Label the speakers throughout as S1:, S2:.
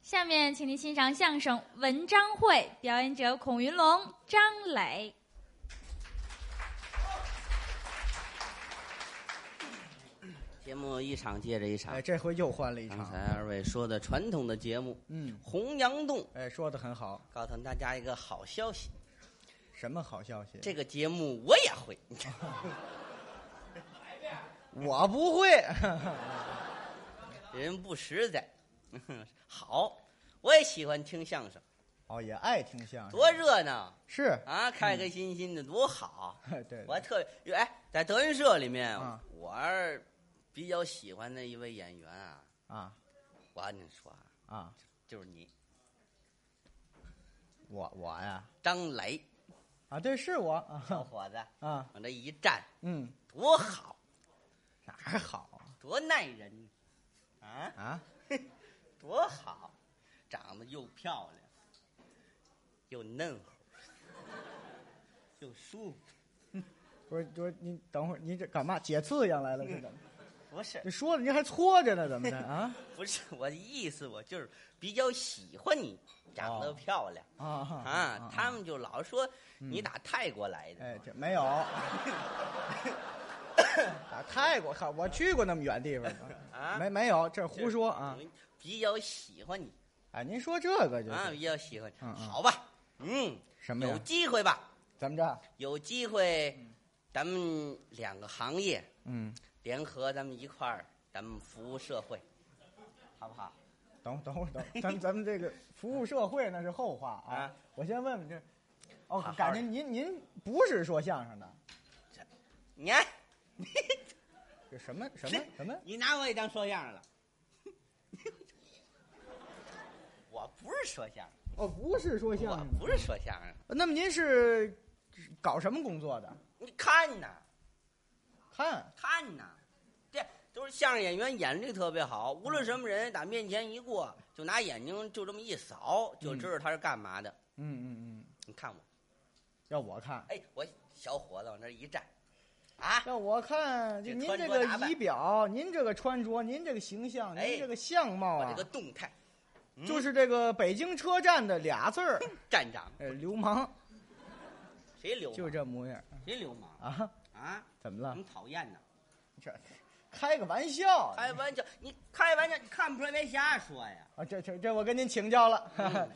S1: 下面，请您欣赏相声《文章会》，表演者孔云龙、张磊。
S2: 节目一场接着一场
S3: 哎，，这回又换了一
S2: 刚
S3: 场
S2: 才。二位说的传统的节目
S3: 嗯
S2: 《洪阳洞》，
S3: 哎，说的很好。
S2: 告诉大家一个好消息，
S3: 什么好消息？
S2: 这个节目我也 会。
S3: 我不会。
S2: 人不实在， 好，我也喜欢听相声，
S3: 哦，也爱听相声。
S2: 多热闹
S3: 是，
S2: 啊！开开心心的多好。
S3: 对嗯对。
S2: 我还特别哎，在德云社里面
S3: 嗯，
S2: 我是比较喜欢的一位演员啊，
S3: 啊
S2: 我跟你说，啊，
S3: 啊，
S2: 就是你，
S3: 我我呀，
S2: 张雷
S3: 啊，对，是我
S2: 小
S3: 啊
S2: 伙子，
S3: 啊，
S2: 往这一站
S3: 嗯，
S2: 多好，
S3: 哪儿好
S2: 多耐人啊！
S3: 啊？
S2: 多好，长得又漂亮，又嫩乎，又舒服。
S3: 不是，不是，你等会儿，你这干嘛解刺痒来了？这怎么？
S2: 不是
S3: 你说了，您还搓着呢，怎么的啊？
S2: 不是，我的意思，我就是比较喜欢你，长得漂亮、
S3: 啊
S2: 啊。他们就老说你打泰国来的，
S3: 嗯哎，这没有。打泰国，靠，我去过那么远地方
S2: 啊
S3: 没没有，这
S2: 就是
S3: 胡说啊！！
S2: 比较喜欢你
S3: 哎，您说这个就
S2: 啊，
S3: 是
S2: 比较喜欢你，
S3: 嗯嗯
S2: 好吧？嗯，
S3: 什么
S2: 有
S3: 呀？
S2: 机会吧，
S3: 怎么着？
S2: 有机会，咱们两个行业
S3: 嗯，
S2: 联合，咱们一块儿，咱们服务社会，好不好？
S3: 等等会儿，等 会儿咱们咱们这个服务社会那是后话啊
S2: 啊。
S3: 我先问问这，
S2: 好
S3: 哦
S2: 好，
S3: 感
S2: 的
S3: 觉您您不是说相声的，
S2: 你看，
S3: 这什么什么什么？
S2: 你拿我也当说相声了。我不是说相声，
S3: 哦，不是说相
S2: 我
S3: 声的。
S2: 不是说相声。
S3: 那么您是搞什么工作的？
S2: 你看呐，
S3: 看，
S2: 看呐，这都是相声演员眼力特别好，无论什么人打面前一过，就拿眼睛就这么一扫，就知道他是干嘛的。
S3: 嗯嗯嗯，
S2: 你看我，
S3: 要我看，
S2: 哎，我小伙子往那儿一站，啊，
S3: 要我看，就
S2: 这
S3: 您
S2: 穿
S3: 这
S2: 着
S3: 个
S2: 打扮
S3: 仪表，您这个穿着，您这个形象，
S2: 哎
S3: 您这个相貌
S2: 我
S3: 啊
S2: 这个，动态，嗯
S3: 就是这个北京车站的俩字儿，
S2: 站长，
S3: 呃，流氓，
S2: 谁流氓？
S3: 就这模样
S2: 谁流氓
S3: 啊？
S2: 啊？
S3: 怎么了
S2: 很？讨厌呐！
S3: 这开个玩笑
S2: 开玩笑，你开玩笑，你看不出来别瞎说呀。
S3: 啊！这这这，我跟您请教了。
S2: 嗯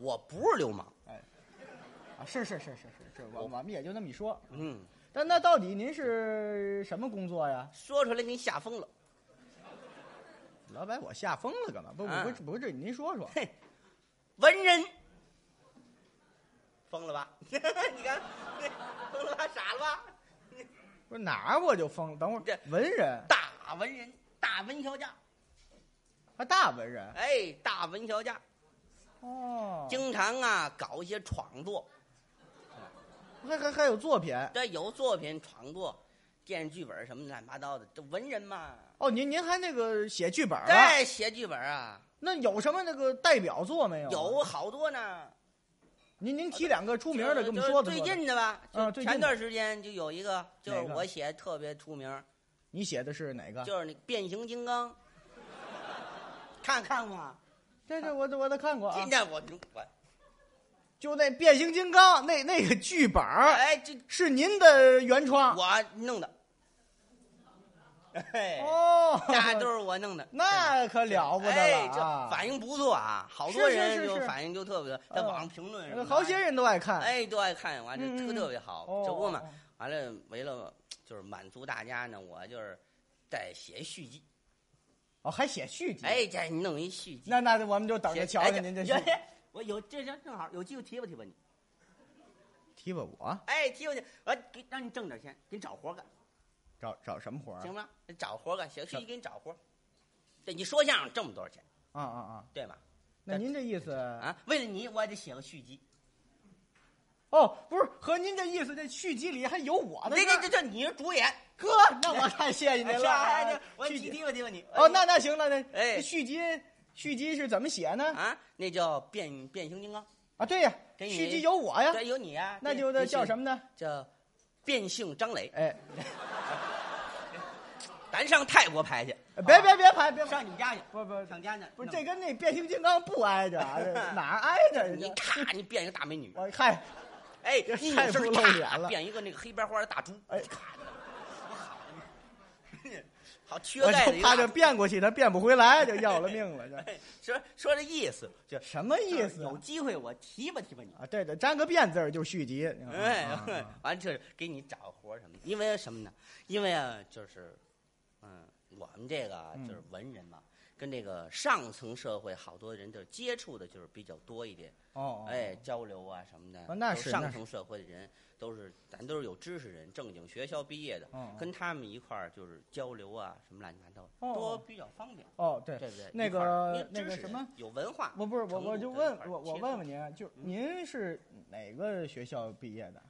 S2: 我不是流氓，
S3: 啊，是是是是是是，我我们也就那么一说。
S2: 嗯，
S3: 但那到底您是什么工作呀？
S2: 说出来您吓疯了。
S3: 老把我吓疯了干嘛？不
S2: 啊
S3: 不不，不是您说说。
S2: 嘿，文人，疯了吧？ 你看，疯了吧？傻了吧？
S3: 不是哪儿我就疯了？等会
S2: 这
S3: 儿，文人
S2: 大文人，大文学家，
S3: 啊，大文人
S2: 哎，大文学家，
S3: 哦，
S2: 经常啊搞一些创作，
S3: 还还还有作品
S2: 这有作品创作，电视剧本什么乱七八糟的，这文人嘛，
S3: 哦。您您还那个写剧本了？
S2: 再写剧本啊，
S3: 那有什么那个代表作没有？啊
S2: 有。啊好多呢。
S3: 您您提两个出名的
S2: 就
S3: 给我们说的。
S2: 最
S3: 说的
S2: 近的吧，
S3: 啊
S2: 就
S3: 最近的
S2: 前段时间就有一个，就是
S3: 哪个
S2: 我写的特别出名，
S3: 你写的是哪个？
S2: 就是那变形金刚， 看看过？
S3: 对对，我都我都看过啊
S2: 现，在我我
S3: 就那变形金刚那那个剧本儿
S2: 哎，这
S3: 是啊您的原创。
S2: 我弄的，嘿，
S3: 哦，
S2: 那都是我弄的，
S3: 那可了不得
S2: 哎，
S3: 了
S2: 这
S3: 啊！
S2: 反应不错啊，好多
S3: 是是
S2: 人
S3: 是
S2: 就是反应就特别，在
S3: 嗯
S2: 网上评论什么
S3: 呃
S2: 的，
S3: 好些人都爱看。
S2: 哎都爱看，完
S3: 嗯
S2: 这
S3: 嗯
S2: 特
S3: 嗯
S2: 特别好，
S3: 哦，
S2: 这不嘛
S3: 哦，
S2: 完了为了就是满足大家呢，我就是再写续集，
S3: 哦，还写续集。，
S2: 哎，再弄一续集，
S3: 那那我们就等着瞧瞧
S2: 哎
S3: 您这续
S2: 原来我有这正正好有机会提拔提拔你，
S3: 提拔我
S2: 哎，提拔你，我给让你挣点钱，给你找活干。
S3: 找找什么活儿？
S2: 行吧，找活干，小旭给你找活。对，你说相声挣不多少钱，
S3: 啊啊啊！
S2: 对吧？
S3: 那您这意思
S2: 啊，为了你，我也得写个续集。
S3: 哦，不是和您这意思，这续集里还有我的
S2: 这
S3: 啊事
S2: 这
S3: 儿
S2: 这这，你是主演。
S3: 哥，那我太谢谢
S2: 哎
S3: 您
S2: 是
S3: 了
S2: 啊哎
S3: 啊
S2: 对。我
S3: 续
S2: 提
S3: 集
S2: 提吧提吧你。
S3: 哦，那那行了，那
S2: 哎
S3: 那续集续集是怎么写呢？
S2: 啊，那叫变变形金刚，
S3: 啊，对呀，
S2: 给你
S3: 续集有我呀，
S2: 对，有你啊。
S3: 那就那叫什
S2: 么？
S3: 么呢？
S2: 叫变性张磊。
S3: 哎
S2: 咱上泰国拍去，
S3: 呃
S2: 啊
S3: 别别别拍，别拍
S2: 上你们家去，
S3: 不不
S2: 上家去。
S3: 不是这跟那变形金刚不挨 着啊，这哪儿挨着人
S2: 你
S3: 家？
S2: 咔，你变一个大美女，
S3: 我嗨，
S2: 哎，
S3: 这
S2: 一
S3: 太
S2: 扭
S3: 不
S2: 身
S3: 露
S2: 咔
S3: 脸了
S2: 变一个那个黑白花的大猪，
S3: 哎，
S2: 好缺
S3: 我
S2: 钙的
S3: 就
S2: 一
S3: 怕
S2: 个
S3: 这
S2: 大猪。
S3: 变过去，他变不回来，就要了命 了。这
S2: 哎说说这意思，就
S3: 什么意
S2: 就是
S3: 思啊
S2: 有？机会我提拔提拔你。
S3: 啊，对对，沾个变字儿就续集。你知道吗
S2: 哎
S3: 啊，
S2: 完这给你找个活儿什么的，因为什么呢？因为啊，就是，嗯，我们这个啊
S3: 嗯
S2: 就是文人嘛，跟这个上层社会好多人就是接触的就是比较多一点，
S3: 哦，哦
S2: 哎，，交流啊什么的，
S3: 啊那
S2: 都
S3: 是那
S2: 上
S3: 是
S2: 层社会的人都是咱都是有知识人，正经学校毕业的，
S3: 哦
S2: 跟他们一块儿就是交流啊什么乱七八糟，
S3: 哦
S2: 多比较方便，
S3: 哦对，
S2: 对不对？
S3: 那
S2: 一块儿因
S3: 个
S2: 为
S3: 那
S2: 知
S3: 个
S2: 识
S3: 什
S2: 人
S3: 么
S2: 有文化，
S3: 我不是我
S2: 程度
S3: 我就
S2: 在一
S3: 问
S2: 块儿
S3: 我我
S2: 切嗯
S3: 问
S2: 磋
S3: 问您，啊就是您是哪个学校毕业的？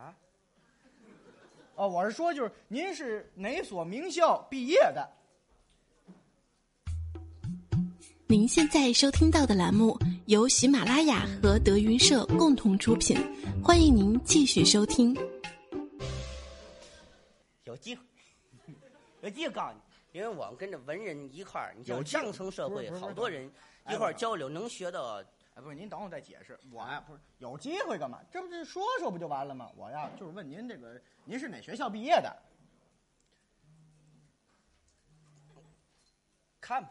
S2: 啊？
S3: 哦，我是说就是您是哪所名校毕业的？
S4: 您现在收听到的栏目由喜马拉雅和德云社共同出品，欢迎您继续收听。
S2: 有机会，有机会告诉你，因为我们跟着文人一块儿，你
S3: 有
S2: 像
S3: 机会
S2: 上层社
S3: 不是
S2: 会
S3: 不是
S2: 好多人
S3: 不是
S2: 一块
S3: 哎
S2: 儿交流，能学到
S3: 哎，不是，您等会儿再解释。我呀，不是有机会干嘛？这不是说说不就完了吗？我呀，就是问您这个，您是哪学校毕业的？
S2: 看吧，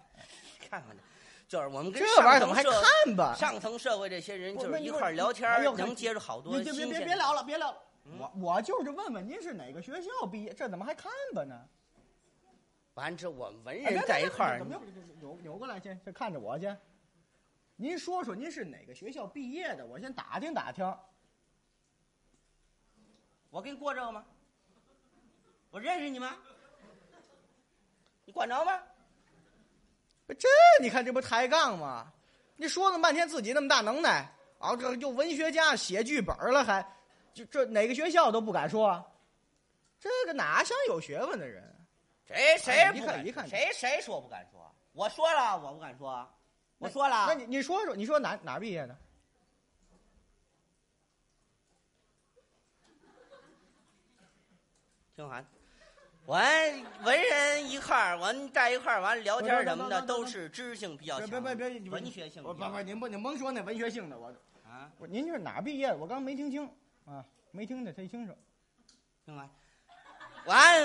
S2: 看看的，就是我们跟
S3: 这玩
S2: 上
S3: 意儿怎
S2: 层
S3: 么还
S2: 社
S3: 看啊吧？
S2: 上层社会这些人
S3: 不
S2: 就
S3: 那
S2: 是
S3: 你
S2: 一
S3: 说
S2: 块儿聊天儿
S3: 哎呦，
S2: 能接触好多
S3: 您就
S2: 新
S3: 别别
S2: 鲜
S3: 别
S2: 的。
S3: 聊了，别聊了。我我就是问问您是哪个学校毕业，这怎么还看吧呢？
S2: 完之后，我们文
S3: 哎
S2: 人在一块儿
S3: 怎，么又扭扭过来先，先看着我先。您说说您是哪个学校毕业的？我先打听打听。
S2: 我给你过这个吗？我认识你吗？你管着吗？
S3: 这你看这不抬杠吗？你说了半天自己那么大能耐啊，这又文学家写剧本了还，就这哪个学校都不敢说啊。这个哪像有学问的人？
S2: 谁
S3: 哎
S2: 谁
S3: 一
S2: 不
S3: 看
S2: 敢
S3: 一看
S2: 说谁谁说不敢说？我说了，我不敢说，我说了。
S3: 那你你说说，你说哪哪儿毕业的？
S2: 听完，完文人一块儿，完在一块儿，完聊天儿什么的，
S3: 不不不不不
S2: 都是知性比较强的，文学性比较
S3: 不不不，您不您甭说那文学性的，我
S2: 啊，
S3: 我您是哪儿毕业的？我刚没听清啊，没听得太清楚。
S2: 听完，完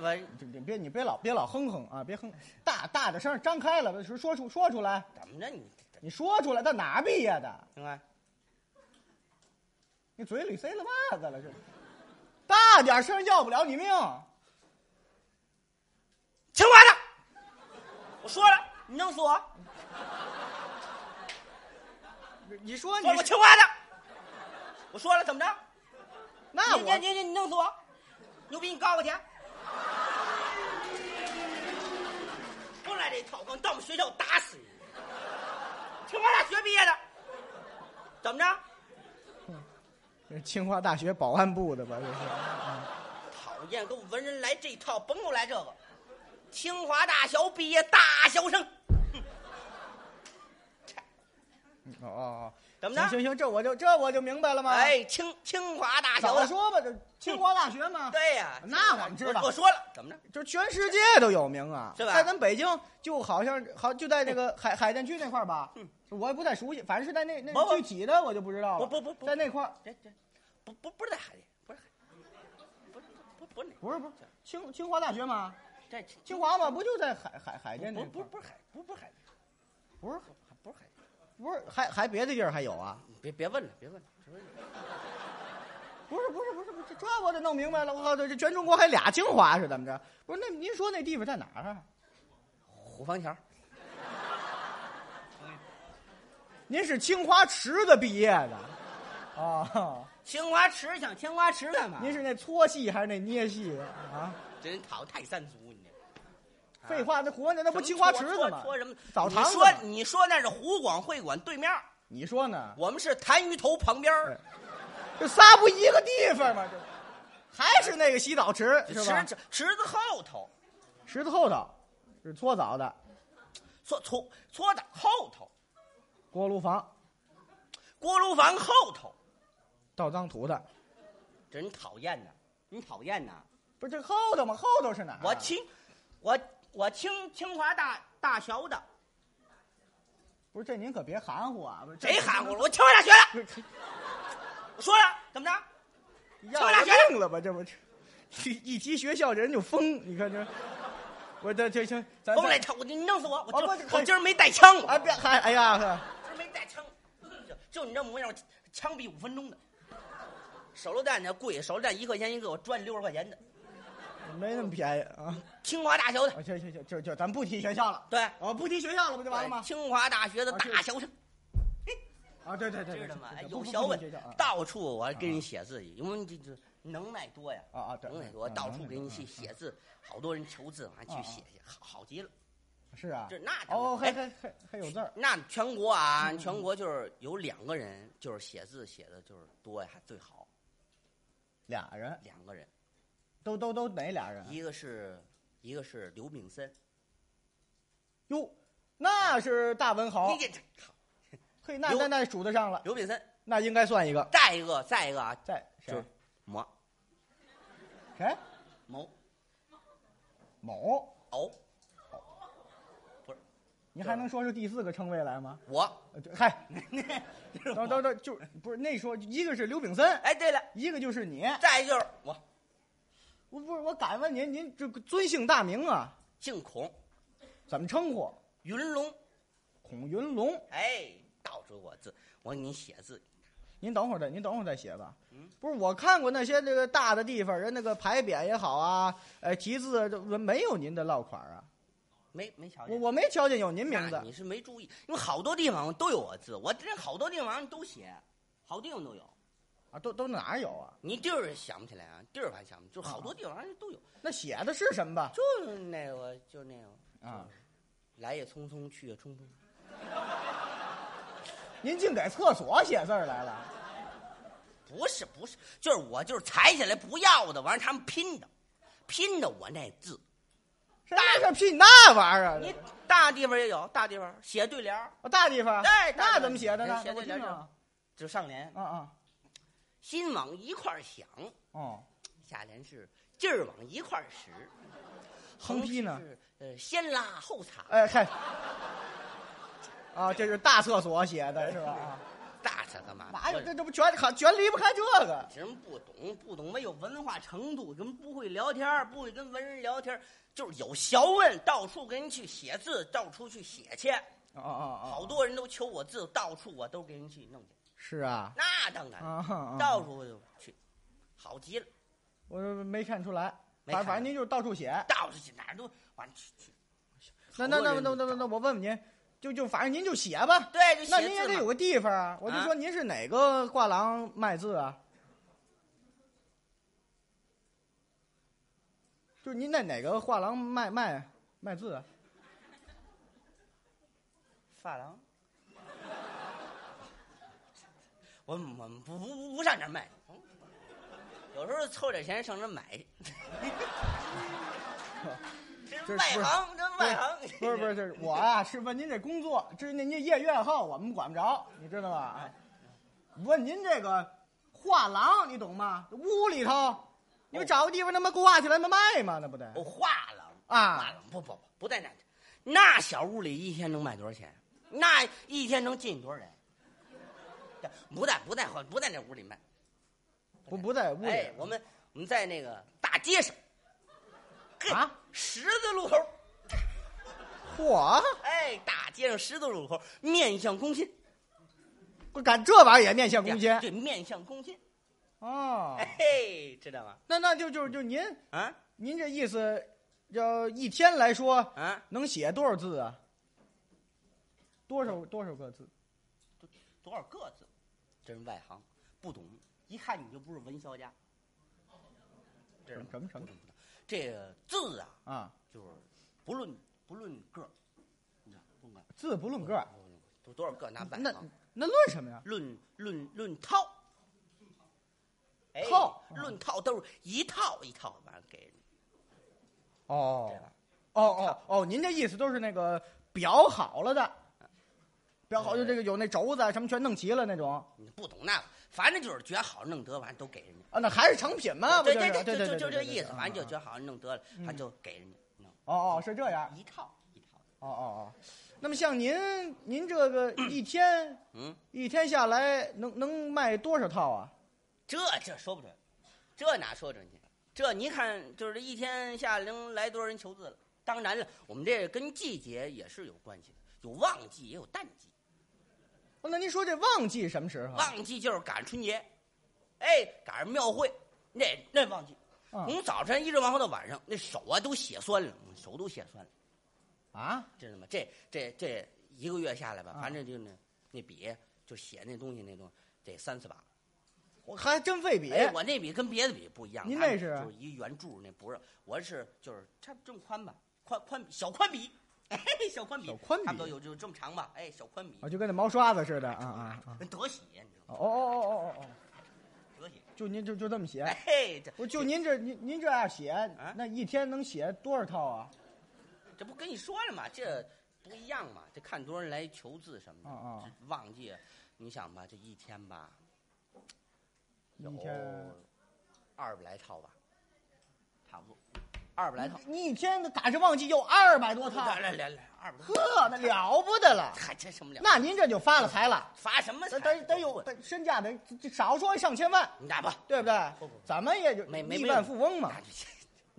S2: 文
S3: 你你别你别老别老哼哼啊，别哼，大大的声儿张开了，说说出说出来，
S2: 怎么着你
S3: 你说出来，在哪儿毕业的？
S2: 听完
S3: 你嘴里塞了袜子了，这大点声，要不了你命。
S2: 听完了，我说了，你弄死我，
S3: 你说你
S2: 说了我听完了，我说了怎么着？
S3: 那
S2: 你
S3: 我
S2: 你你你弄死我，牛逼你告我去！啊不来这一套，我到我们学校打死你！清华大学毕业的，怎么着？
S3: 这清华大学保安部的吧？这是
S2: 讨厌，跟我文人来这一套，甭给我来这个。清华大学毕业大学生，
S3: 哦哦
S2: 怎
S3: 哦，
S2: 么
S3: 行
S2: 着？
S3: 行行，这我就这我就明白了吗？，
S2: 哎，清清华大学
S3: 早
S2: 的，
S3: 说吧，这清华大学嘛，
S2: 对呀、
S3: 那我们知道
S2: 我说了，怎么着？
S3: 就全世界都有名啊，
S2: 是吧
S3: 在咱北京，就好像好就在那个海海淀区那块儿吧
S2: 嗯，
S3: 我也不太熟悉，反正是在那那
S2: 不不
S3: 具体的我就不知道
S2: 不
S3: 了。
S2: 不不不
S3: 在那块儿
S2: 这这，不不不是在海淀，不是海淀，不是不不是
S3: 不是不是清清华大学吗？
S2: 这
S3: 清华嘛，不就在海海海淀那
S2: 不
S3: 块
S2: 不
S3: 儿？
S2: 不是海不不是海淀，不
S3: 不是
S2: 是海淀。
S3: 不是，还还别的地儿还有啊？
S2: 别别问了，别问了，别问了。
S3: 不是不是不是不是，这我得弄明白了。我靠，这这全中国还俩清华是怎么着？不是那您说那地方在哪儿啊？
S2: 虎坊桥，
S3: 您是清华池子毕业的啊？
S2: 清华池想清华池干嘛？
S3: 您是那搓戏还是那捏戏啊？
S2: 这人讨泰山族，你这
S3: 废话，那活着那不清华池子吗？
S2: 说什么
S3: 澡堂
S2: 你
S3: 子
S2: 说
S3: 嘛
S2: 你说那是湖广会馆对面儿。
S3: 你说呢？
S2: 我们是痰盂头旁边儿，
S3: 这仨不一个地方吗？这还是那个洗澡池
S2: 池
S3: 哎是吧？
S2: 子池子后头，
S3: 池子后头是搓澡的
S2: 搓搓搓的后头，
S3: 锅炉房，
S2: 锅炉房后头，
S3: 倒脏土的。
S2: 这人讨厌呐，你讨厌呐，
S3: 不是这后头吗？后头是哪儿啊？
S2: 我清，我我清清华大大学的，
S3: 不是这您可别含糊啊！不是这
S2: 谁含糊了？我清华大学的，
S3: 不是这
S2: 我说了，怎么着？
S3: 哎要
S2: 清华大学
S3: 命了吧？这不是，一提学校人就疯，你看这，我这这行，咱
S2: 疯了，
S3: 再
S2: 操！我你弄死我！我
S3: 啊不
S2: 今
S3: 是
S2: 我今儿没带枪，我
S3: 啊别还哎呀呵，
S2: 今儿没带枪，就就你这模样，我枪毙五分钟的。手榴弹呢贵，手榴弹一块钱一个，我赚六十块钱的。
S3: 没那么便宜啊！
S2: 清华大学的，
S3: 啊行行行，就就咱不提学校了，
S2: 对，
S3: 啊不提学校了不就完了吗？
S2: 清华大学的大学生，
S3: 啊对对对对，
S2: 知道吗？哎
S3: 对对
S2: 有
S3: 不不
S2: 学
S3: 不提
S2: 问
S3: 学校啊，
S2: 到处我还给你写字去，因为你这这能耐多呀。
S3: 啊啊对，嗯
S2: 能耐多，
S3: 我
S2: 到处给
S3: 啊
S2: 你去写字，好多人求字，我啊还去写去，好好极了。
S3: 是啊，
S2: 这那当然
S3: 哦嗯还
S2: 哎
S3: 还还还有字儿，
S2: 那全国啊，全国就是有两个人，就是写字写的就是多呀，还最好
S3: 俩人
S2: 两个人，
S3: 都都都哪俩人啊？
S2: 一个是一个是刘炳森，
S3: 哟，那是大文豪
S2: 你，这这好
S3: 嘿，那那那数得上了，
S2: 刘炳森，
S3: 那应该算一个。
S2: 再一个再一个啊，
S3: 在
S2: 就
S3: 谁
S2: 是某
S3: 谁
S2: 某
S3: 哎
S2: 哦
S3: 某，
S2: 偶
S3: 您还能说出第四个称谓来吗？
S2: 我，
S3: 呃 对嗨，等等等，就是不是那说一个是刘炳森，
S2: 哎，对了，
S3: 一个就是你，
S2: 再一个就是我
S3: 我不是我敢问您，您这个尊姓大名啊？
S2: 姓孔，
S3: 怎么称呼？
S2: 云龙，
S3: 孔云龙，
S2: 哎，到处我字，我给你写字，
S3: 您等会儿再，您等会儿再写吧。
S2: 嗯
S3: 不是我看过那些这个大的地方，人那个牌匾也好啊，呃，题字都没有您的落款啊，
S2: 没没瞧
S3: 我
S2: 见。
S3: 我没瞧见有您名
S2: 哎那
S3: 字。
S2: 你是没注意，因为好多地方都有我字，我这好多地方都写，好地方都有。
S3: 啊，都都哪有啊？
S2: 你地儿想不起来啊，地儿还想不，就好多地方都有，
S3: 那写的是什么吧？
S2: 就是那个，就那个
S3: 啊，
S2: 来也匆匆，去也匆匆。
S3: 您净给厕所写字儿来了？
S2: 不是不是，就是我就是裁下来不要的，完了他们拼的，拼的我那字。
S3: 谁让屁那玩意儿
S2: 你
S3: 啊？
S2: 大地方也有，大地方写对联儿，
S3: 我哦大地方，
S2: 哎大地
S3: 那
S2: 方
S3: 怎么写的呢？
S2: 写
S3: 我
S2: 这
S3: 听
S2: 两
S3: 听
S2: 句
S3: 啊
S2: 就上联，
S3: 啊啊
S2: 心往一块儿想；
S3: 哦，
S2: 下联是劲儿往一块儿使。
S3: 横批呢
S2: 横是？呃，先拉后擦，
S3: 哎嗨，啊，这是大厕所写的是吧？啊
S2: 大擦干嘛？
S3: 哪
S2: 不
S3: 有
S2: 是
S3: 这这不全全离不开这个？
S2: 人不懂，不懂没有文化程度，人不会聊天儿，不会跟文人聊天儿，就是有学问，到处给人去写字，到处去写去。
S3: 哦哦
S2: 好
S3: 哦，
S2: 多人都求我字，到处我都给人去弄去。
S3: 是啊，
S2: 那当然，
S3: 啊哈啊
S2: 到处我就去，好极了，
S3: 我没看出来，
S2: 没
S3: 反
S2: 看
S3: 反正您就是到处写。
S2: 到处去哪儿都完了去去。
S3: 那那
S2: 好多
S3: 那
S2: 人
S3: 那
S2: 都
S3: 那那
S2: 找
S3: 那我问问您，就就反正您就写吧。
S2: 对，就写字
S3: 那
S2: 嘛
S3: 您也得有个地方啊！我就
S2: 啊
S3: 说您是哪个挂廊卖字啊？就是您在哪个画廊卖卖卖字啊？
S2: 发廊。 我我不不不不上这儿卖，嗯有时候凑点钱上这儿 买。这外行，这外行。
S3: 不是不是，这我啊是问您这工作，这是您您业余爱好，我们管不着，你知道吧？哎问您这个画廊，你懂吗？屋里头，你
S2: 哦
S3: 们找个地方他妈挂起来他妈卖嘛，那不 得？
S2: 我画廊
S3: 啊
S2: 画廊不不不不在那，那小屋里一天能卖多少钱？那一天能进多少人？不在不在不在那屋里卖，
S3: 不不在屋
S2: 哎
S3: 里，
S2: 我们我们在那个大街上，
S3: 啊？
S2: 十字路口，
S3: 嚯！
S2: 哎，大街上十字路口面向空心，
S3: 不敢这玩意儿也面向攻坚
S2: 对，面向空心，
S3: 哦
S2: 哎，嘿，知道吗？
S3: 那那就就就您
S2: 啊
S3: 您这意思，要一天来说
S2: 啊，
S3: 能写多少字啊？多少多少个字？
S2: 多少个字？真是外行，不懂，一看你就不是文学家，知道吗？
S3: 什么什
S2: 不
S3: 么
S2: 懂不懂这个字啊，
S3: 啊？
S2: 就是不论不论个儿，你知道不论个儿
S3: 字不论个儿，
S2: 多多少个拿半
S3: 那
S2: 行，
S3: 那论什么呀？
S2: 论论论套，哎
S3: 套
S2: 论套都是一套一套完了给人，
S3: 哦
S2: 对吧
S3: 哦哦哦，您这意思都是那个裱好了的，标好就这个有那轴子啊什么全弄齐了那种
S2: 你不懂那个，反正就是觉好弄得，完都给人家。
S3: 啊，那还是成品嘛，不
S2: 对
S3: 就是啊
S2: 对就
S3: 对对，
S2: 就就
S3: 对
S2: 这意思，反正就觉
S3: 嗯
S2: 好弄得了，他就给人家。弄
S3: 哦哦是这样，
S2: 一套一套。
S3: 哦哦哦，那么像您您这 个一天
S2: 嗯，
S3: 一天下来能能卖多少套啊？
S2: 这这说不准，这哪说准去？这你看，就是这一天下来能来多少人求字了？当然了，我们这跟季节也是有关系的，有旺季也有淡季。
S3: 哦那您说这旺季什么时候？
S2: 旺季就是赶上春节，哎，赶上庙会，那那旺季，
S3: 嗯
S2: 从早晨一直往后到晚上，那手啊都血酸了，手都血酸了，
S3: 啊，
S2: 知道吗？这这这一个月下来吧，
S3: 啊
S2: 反正就那那笔就写那东西那东西得三四把。
S3: 我还真费笔。
S2: 哎，我那笔跟别的笔不一样，
S3: 您
S2: 它
S3: 那是啊
S2: 就是一圆柱，那不是，我是就是差不多这么宽吧，宽宽笔小宽笔， 哎，小宽笔，
S3: 小宽笔
S2: 差不多有就这么长吧，哎，小宽笔
S3: 啊，，就跟那毛刷子似的啊啊啊！
S2: 跟德写，你知道吗？
S3: 哦哦哦哦哦哦，
S2: 德写，
S3: 就您就就这么写，
S2: 哎，这
S3: 不就您这您您这样写
S2: 啊，
S3: 那一天能写多少套啊？
S2: 这不跟你说了吗？这不一样嘛，这看多少人来求字什么的，
S3: 啊啊
S2: 这旺季，你想吧，这一天吧，有
S3: 一天
S2: 二百来套吧，差不多，二百来套，
S3: 你一天赶上旺季有二百多套，
S2: 来来来来，二百多套，
S3: 呵，那了不 得了。
S2: 还这什么了？
S3: 那您这就发了财 了，
S2: 发什么财？
S3: 得得得有得身价得少说上千万，
S2: 你打吧。
S3: 对不对
S2: 不不不？
S3: 咱们也就
S2: 没没
S3: 亿
S2: 没
S3: 万
S2: 有
S3: 富翁嘛
S2: 那。就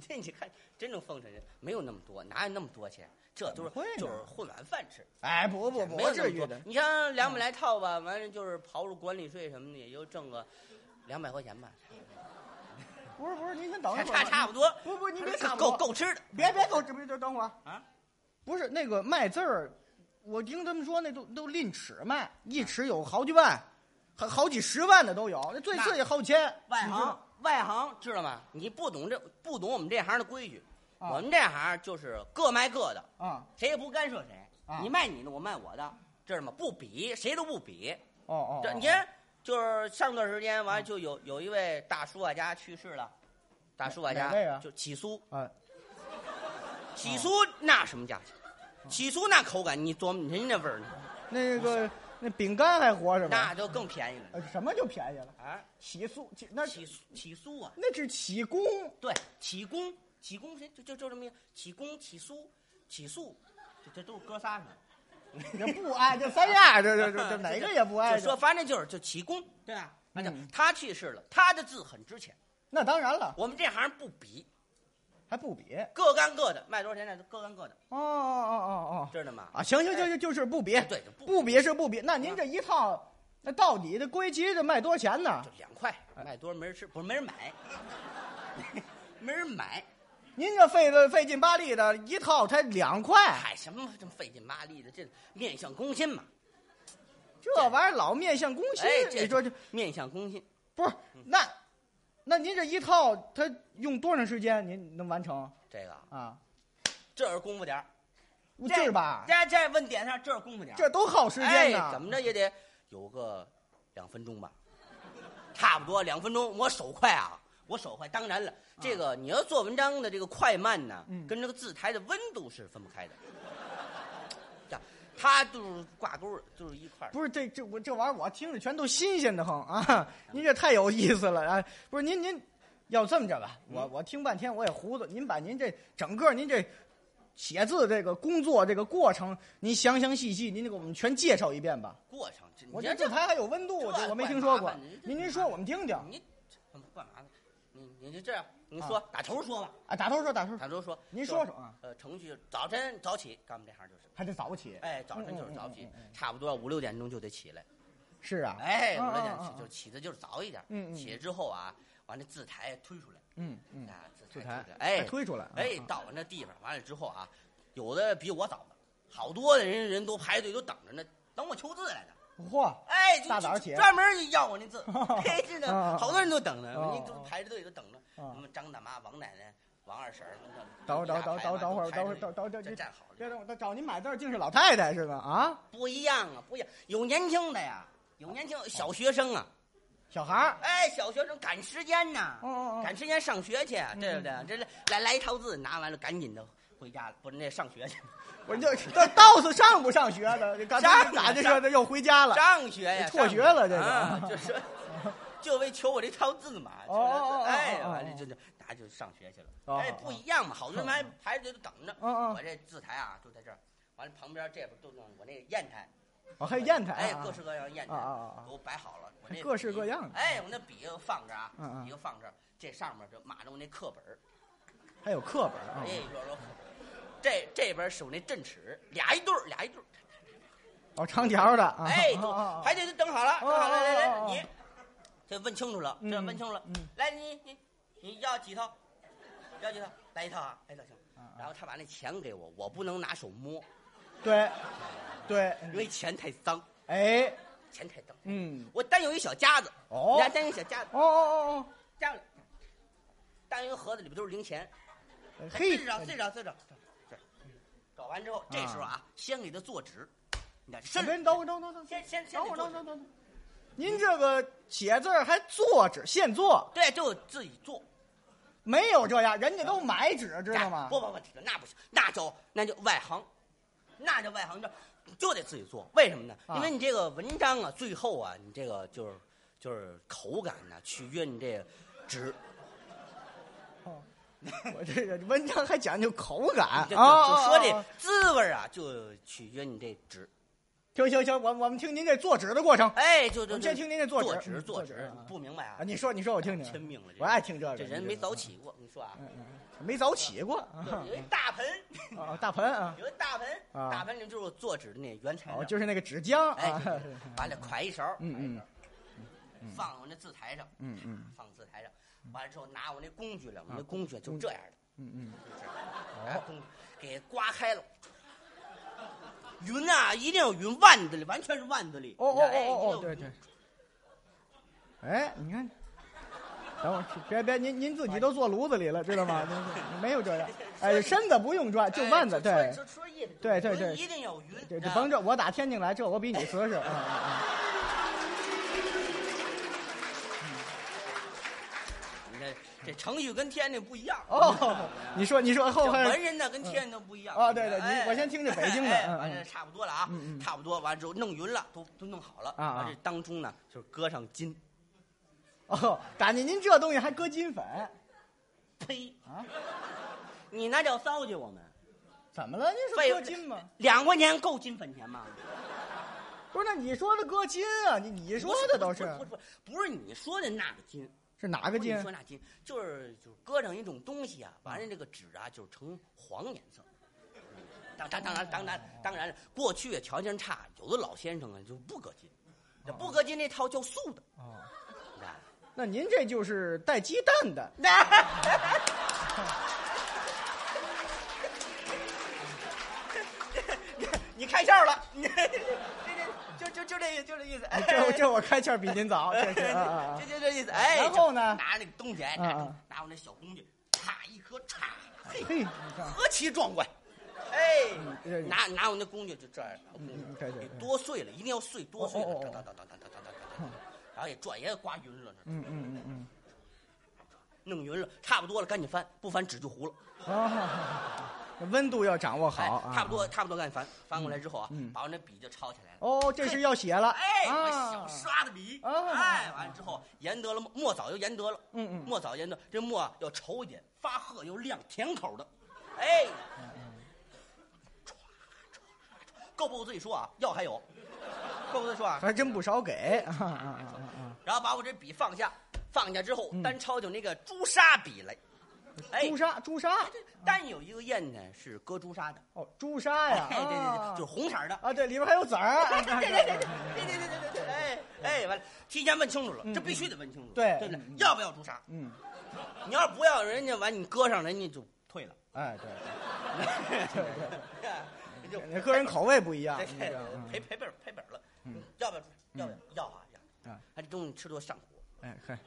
S2: 这你看，真正奉承人没有那么多，哪有那么多钱？这都是
S3: 怎么会呢
S2: 就是混碗饭吃，
S3: 哎，不不不，
S2: 没有
S3: 不
S2: 那
S3: 至
S2: 么
S3: 于
S2: 多
S3: 的。嗯
S2: 你像两百来套吧，完了就是刨入管理税什么的，也就挣个两百块钱吧，
S3: 不是不是，您先等一
S2: 差
S3: 会儿
S2: 差。差不多。
S3: 不不，您别差不
S2: 够
S3: 多，
S2: 够吃的。
S3: 别别够，别别等会儿
S2: 啊！
S3: 不是那个卖字儿，我听他们说那都都论尺卖，一尺有好几万，好好几十万的都有，那最次也好几千。
S2: 外
S3: 你知
S2: 行
S3: 道，
S2: 外行知道吗？你不懂这不懂我们这行的规矩，
S3: 啊
S2: 我们这行就是各卖各的，
S3: 啊？
S2: 谁也不干涉谁。
S3: 啊
S2: 你卖你的，我卖我的，知道吗？不比，谁都不比。
S3: 哦哦，
S2: 这
S3: 哦
S2: 您就是上段时间完了就有有一位大书法家去世了，大书法
S3: 哪位
S2: 家
S3: 啊
S2: 就起苏，
S3: 啊，
S2: 起苏那什么价钱？起苏那口感，你琢磨人家那味儿呢，
S3: 那个那饼干还活着吗
S2: 那？就更便宜了
S3: 呃什么就便宜了？
S2: 啊！
S3: 起诉起那
S2: 起苏起苏啊，
S3: 那是起 工
S2: 对，起工起工谁就就就这么一个起工起苏起诉，这这都是哥仨是吧？
S3: 也不挨这三样，这这这 这哪个也不挨
S2: 就说
S3: 着。
S2: 反正就是就起工，对吧？反正
S3: 嗯
S2: 他去世了，他的字很值钱，
S3: 那当然了，
S2: 我们这行不比，
S3: 还不比。
S2: 各干各的，卖多少钱那就各干各的，
S3: 哦哦哦哦哦
S2: 知道吗？
S3: 啊！行行行行，就是不比，
S2: 对就不比
S3: 不比是不比。那您这一套，那到底这归集得卖多少钱呢
S2: 就？两块，卖多没人吃，不是没人买， 没人买，
S3: 您这费了费劲巴力的，一套才两块，
S2: 嗨，哎什么这么费劲巴力的，这面向攻心嘛，
S3: 这玩意儿老面向公心
S2: 哎，，
S3: 你说这
S2: 面向攻心，
S3: 不是那？那您这一套，它用多长时间您能完成
S2: 这个
S3: 啊？
S2: 这是功夫点儿，
S3: 这是吧？
S2: 这这问点上，这是功夫点儿，
S3: 啊这都耗时间
S2: 哎，
S3: 呢。
S2: 怎么着也得有个两分钟吧，差不多两分钟，我手快啊。我手快，当然了，这个你要做文章的这个快慢呢，
S3: 啊嗯
S2: 跟这个字台的温度是分不开的，这它就是挂钩儿，就是一块儿。
S3: 不是这这我这玩意儿我听着全都新鲜的很 啊！您这太有意思了啊！不是您您要这么着吧，我
S2: 嗯
S3: 我听半天我也糊涂，您把您这整个您这写字这个工作这个过程，您详详细细，您就给我们全介绍一遍吧。
S2: 过程，这
S3: 我
S2: 你
S3: 这
S2: 这
S3: 这台还有温度，
S2: 这
S3: 这我没听说过
S2: 怪麻烦您。这
S3: 您您说我们听听
S2: 你这干嘛呢？你你就这样，你说、打头说吧，
S3: 啊！打头说打头说，
S2: 打头说。
S3: 您
S2: 就是
S3: 说说啊，
S2: 呃，程序早晨早起，干我们这行就是，
S3: 还得早起。
S2: 哎，早晨就是早起，
S3: 嗯嗯嗯嗯
S2: 差不多五六点钟就得起来，
S3: 是啊，
S2: 哎，
S3: 嗯
S2: 五六点起、
S3: 嗯嗯
S2: 就起的就是早一点，
S3: 嗯嗯
S2: 起来之后啊，完了字台推出来，
S3: 嗯嗯，
S2: 啊，字
S3: 字
S2: 台
S3: 台
S2: 推出来，哎，
S3: 还推出来啊，
S2: 哎
S3: 啊，
S2: 到我那地方完了之后啊，有的比我早的，好多的人人都排队都等着呢，等我求字来呢。
S3: 嚯，
S2: 哎，就
S3: 大早上
S2: 就
S3: 起
S2: 专门就要我那 字，嘿，真
S3: 啊啊
S2: 的，好多人都等着，
S3: 啊
S2: 人家都排着队都等着，
S3: 啊
S2: 什么张大妈、王奶奶、王二婶儿，
S3: 等等等等等会儿，等会儿等
S2: 等
S3: 等等，
S2: 这站好
S3: 别
S2: 了，
S3: 等我，找您买字儿竟是老太太是吧？啊，
S2: 不一样啊，不一样，有年轻的呀，有年轻小学生啊，
S3: 小孩儿，
S2: 哎，小学生赶时间呐
S3: 哦哦哦，
S2: 啊嗯赶时间上学去，对不对？这来来来一套字，拿完了赶紧的回家了，不是那上学去，
S3: 我就这道士上不上学的？这刚才
S2: 上
S3: 咋就说的又回家了？
S2: 上学 呀，
S3: 辍学
S2: 上
S3: 了这是
S2: 啊就是 就为求我这条字嘛，求
S3: 哦
S2: 这字
S3: 哦哦
S2: 哎
S3: 哦哦
S2: 呀
S3: 哦，
S2: 这这这大家就上学去了，
S3: 哦
S2: 哎，不一样嘛，好多人还排着队都等着，
S3: 嗯嗯
S2: 我这字台啊就在这儿，完了旁边这边都弄我那个砚台，
S3: 哦，还有砚台
S2: 哎
S3: 啊，，
S2: 各式各样砚台
S3: 啊啊啊
S2: 都摆好了，我那
S3: 各式
S2: 笔
S3: 各样的
S2: 哎，我那笔又放这儿啊
S3: 嗯嗯，
S2: 笔又放这儿，这上面就码着我那课本儿，
S3: 还有课本啊
S2: 哎，。有时候课本儿，这这边是我那镇尺，俩一对儿，俩一对儿。
S3: 哦，长条的啊，
S2: 哎，
S3: 哦
S2: 都
S3: 哦
S2: 还得等好了，等好了，来
S3: 啊
S2: 来，你这问清楚了，
S3: 嗯
S2: 这问清楚了
S3: 嗯，
S2: 来你你你要几套？要几套？来一套啊，来一套行
S3: 啊啊。
S2: 然后他把那钱给我，我不能拿手摸，
S3: 对，对，
S2: 因为钱太脏，
S3: 哎，
S2: 钱太脏。
S3: 嗯，
S2: 我单有一小夹子，
S3: 哦
S2: 你看单有一小夹子，
S3: 哦哦哦
S2: 夹了，单有一个盒子里边都是零钱，
S3: 哦，
S2: 哎
S3: 嘿嗯
S2: 最，少最少最少，这搞完之后，这时候啊，先给他坐直，你看，伸
S3: 哎等等等等等，
S2: 先先先
S3: 等
S2: 得
S3: 会儿，
S2: 坐
S3: 等
S2: 直
S3: 会儿，等会儿，等会儿您这个写字儿还坐纸现做，
S2: 对，就自己坐。
S3: 没有这样，人家
S2: 啊
S3: 都买纸，知道吗？
S2: 不不不，那不行，那叫那就外行，那叫外行，这就得自己做。为什么呢？
S3: 啊
S2: 因为你这个文章啊，最后啊，你这个就是就是口感呢、取决你这个纸，
S3: 我这个文章还讲究口感啊，
S2: 就就
S3: 哦
S2: 就说
S3: 哦
S2: 这
S3: 哦
S2: 滋味啊，就取决你这纸。
S3: 行行行，我我们听您这做纸的过程
S2: 哎，就
S3: 我
S2: 就
S3: 们先
S2: 就
S3: 听您这坐
S2: 坐
S3: 纸
S2: 纸
S3: 嗯
S2: 坐
S3: 坐纸啊
S2: 不明白啊
S3: 啊，？你说你说我听
S2: 真命
S3: 听，
S2: 了，这
S3: 我爱听这个，
S2: 这人
S3: 你
S2: 没
S3: 知道
S2: 早
S3: 吗，
S2: 起过，你说啊，
S3: 嗯嗯，没早 起过啊
S2: 就是有一大盆，
S3: 啊，大 盆啊，
S2: 有一大盆，
S3: 啊
S2: 大盆里就是我做纸的那原材料
S3: 哦，，就是那个纸浆
S2: 哎
S3: 啊，，
S2: 完 了㧟一勺，
S3: 嗯
S2: 㧟一勺
S3: 嗯
S2: 放我那字台上，
S3: 嗯嗯啊
S2: 放字台上，完了之后拿我那工具了，我那工具就这样的，
S3: 嗯嗯，
S2: 拿
S3: 哦
S2: 工具给刮开了。云啊，一定有云，腕子里完全是腕子里。
S3: 哦哦
S2: 哎
S3: 哦哦哦，
S2: 一定有
S3: 对
S2: 云
S3: 对。哎，你看，等会儿别别，您您自己都坐炉子里了，知道
S2: 哎
S3: 吗？您 没有这样，哎，身子不用转，就腕子，
S2: 哎
S3: 对
S2: 说说说意思，
S3: 对对
S2: 云
S3: 对
S2: 一定有云。
S3: 对，
S2: 啊
S3: 甭这，我打天津来，这我比 你瓷实。
S2: 哎
S3: 嗯嗯嗯
S2: 你看这程序跟天津不一样。
S3: 哦，你说你说
S2: 这
S3: 后
S2: 文
S3: 边
S2: 人呢跟天津都不一样。
S3: 哦对对
S2: 哎
S3: 你我先听这北京的
S2: 哎
S3: 嗯嗯
S2: 完了差不多了啊
S3: 嗯嗯，
S2: 差不多完之后弄匀了，都都弄好了。
S3: 啊啊
S2: 完这当中呢就是搁上金，
S3: 哦，感觉您这东西还搁金粉，
S2: 呸
S3: 啊！
S2: 你那叫糟践我们。
S3: 怎么了？您
S2: 废
S3: 说搁金吗？
S2: 两块钱够金粉钱吗？
S3: 不是，那你说的搁金啊？你你说的都是
S2: 不是不是不是你说的那个金，
S3: 是哪个
S2: 不
S3: 金
S2: 是你？说那金就是就是搁上一种东西啊，完了这个纸啊就是呈黄颜色。当当当然当然当然，过去条件差，有的老先生啊就不搁金，这不搁金那套叫素的。
S3: 哦，
S2: 你看
S3: 那您这就是带鸡蛋的。
S2: 你开窍了，你这这就就就这 就这意思。
S3: 哎这这我开窍比您早，这是啊啊 啊
S2: 这！就这意思。哎，
S3: 然后呢
S2: 拿那个东西，哎
S3: 嗯
S2: 拿
S3: 嗯
S2: 拿我那小工具，嚓一颗，嚓，嘿，
S3: 嘿，你看，
S2: 何其壮观！哎
S3: 这，
S2: 拿拿我那工具就这样，工具
S3: 嗯对对
S2: 给
S3: 对
S2: 剁碎了，一定要碎，剁碎了，
S3: 哦哦哦
S2: 当当当当当当当当当，然后也转也刮匀了，
S3: 嗯嗯嗯
S2: 弄匀了，差不多了，赶紧翻，不翻纸就糊了。
S3: 嗯，哦，温度要掌握
S2: 哎
S3: 好啊，
S2: 差不。多差不多，赶紧翻，翻过来之后啊
S3: 嗯嗯，
S2: 把我那笔就抄起来了。
S3: 哦，这是要写了，
S2: 哎，我
S3: 啊
S2: 小，刷的笔，
S3: 啊
S2: 哎，完了之后研得了墨墨枣又研得了，
S3: 嗯嗯
S2: 墨枣研得这墨啊要稠一点，发褐又亮，甜口的，
S3: 嗯
S2: 哎，唰唰唰够不够自己说啊？要还有，够不够自己说啊？
S3: 还真不少给啊啊啊啊啊！
S2: 然后把我这笔放下，放下之后
S3: 嗯
S2: 单抄起那个朱砂笔来，哎
S3: 朱，砂，朱砂，
S2: 单有一个砚呢是搁朱砂的，
S3: 哦，朱砂呀，
S2: 哎，对对
S3: 啊
S2: 对，就是红色儿的。
S3: 啊，对，里边还有籽儿。
S2: 对对对对对对对对对对，哎哎，完了，提前问清楚了，这必须得问清楚，对不对？要不要朱砂？
S3: 嗯，
S2: 你要是不要，人家完你搁上，人家就退了。
S3: 哎，对，
S2: 就
S3: 对个人口味不一样。
S2: 赔
S3: 你这样嗯
S2: 赔赔本赔本了，要不要？要不要？要啊要！哎，这东西吃多上火，
S3: 哎，嘿，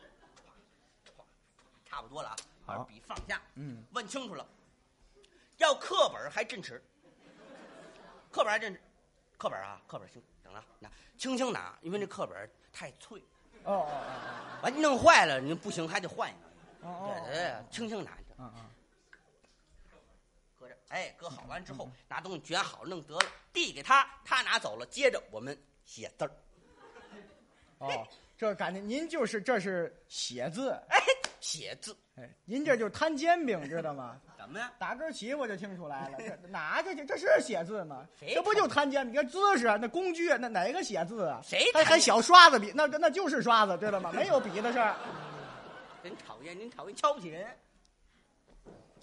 S2: 差不多了啊，把笔放下，
S3: 嗯，
S2: 问清楚了，要课本还真迟，课本还真迟，课本啊，课本行，等着拿，轻轻拿，因为这课本太脆，
S3: 哦哦
S2: 完弄坏了你不行，还得换一个。
S3: 哦哦
S2: 对对，哎
S3: 哦，
S2: 对，轻轻拿着，
S3: 嗯嗯，
S2: 搁这儿，哎，搁好完之后，拿东西卷好弄得了，递给他，他拿走了，接着我们写字儿。
S3: 哦，这感觉您就是这是写字，
S2: 哎，写字
S3: 哎，您这就是摊煎饼，知 道吗？
S2: 怎么呀？
S3: 打根儿旗我就听出来了，这拿着去，这是写字吗？
S2: 谁
S3: 这不就摊煎饼？这姿势啊，那工具啊，那哪个写字啊？
S2: 谁
S3: 还
S2: 摊
S3: 还小刷子笔？那那就是刷子，知道吗？没有笔的事儿。
S2: 真讨厌，您讨厌，瞧不起人。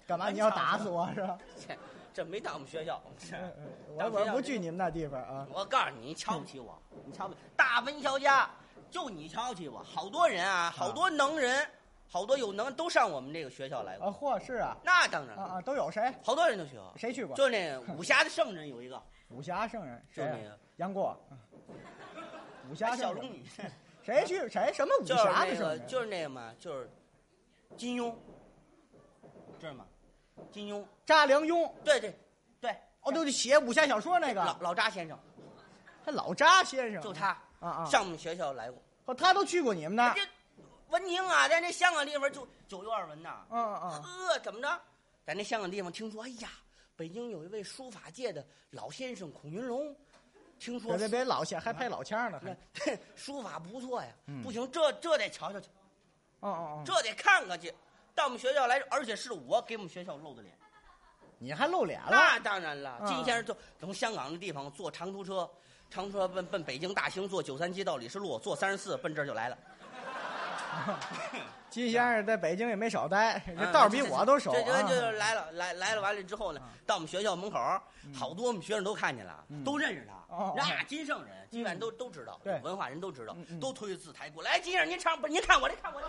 S3: 干嘛你要打 死我是吧？
S2: 切，这没到我们学校。是嗯
S3: 我我不去你们那地方啊！
S2: 我告诉你，你瞧不起我，你瞧不起大文乔家，就你瞧不起我。好多人啊，好多能人，好多有能都上我们这个学校来
S3: 啊，
S2: 过。
S3: 嚯，是啊，
S2: 那当然
S3: 啊
S2: 了，
S3: 啊，都有谁？
S2: 好多人都学过。
S3: 谁去过？
S2: 就那武侠的圣人有一个，
S3: 武侠圣人谁
S2: 就那
S3: 啊
S2: 个？
S3: 杨过。嗯武
S2: 还
S3: 侠
S2: 小
S3: 圣
S2: 龙
S3: 人
S2: 女，
S3: 谁去谁什么武
S2: 就是
S3: 侠
S2: 那
S3: 的圣
S2: 个，
S3: 人？
S2: 就是那个嘛，就是金庸，知道吗？金庸，
S3: 查良镛。
S2: 对对对，
S3: 哦，对对，写武侠小说那
S2: 老
S3: 个，
S2: 老扎先生，
S3: 他老扎先生。
S2: 就他
S3: 啊啊！
S2: 上我们学校来过。
S3: 哦，他都去过你们那儿
S2: 这。文婷啊，在那香港地方就九月二文呐，
S3: 嗯嗯嗯，
S2: 呵，怎么着？在那香港地方听说，哎呀，北京有一位书法界的老先生孔云龙，听说
S3: 别别别，老腔还拍老腔呢， 还。
S2: 那书法不错呀，
S3: 嗯
S2: 不行，这这得瞧瞧去，
S3: 哦哦哦，
S2: 这得看看去。到我们学校来，而且是我给我们学校露的脸。
S3: 你还露脸了？
S2: 那当然了，
S3: 嗯
S2: 金先生就从香港的地方坐长途车，长途车奔奔北京大兴，坐九三七到李士路，坐三十四奔这儿就来了。
S3: 金先生在北京也没少待，
S2: 嗯
S3: 这道儿比我都熟
S2: 这
S3: 嗯
S2: 这
S3: 啊。
S2: 这就来了，来来了完了之后呢，到我们学校门口儿，好多我们学生都看见了，都认识他
S3: 嗯哦，嗯
S2: 那金圣人基本上都都知道，
S3: 对
S2: 文化人都知道
S3: 嗯，嗯
S2: 都推着字台过来，哎金先生您唱，不是您看我这，看我这，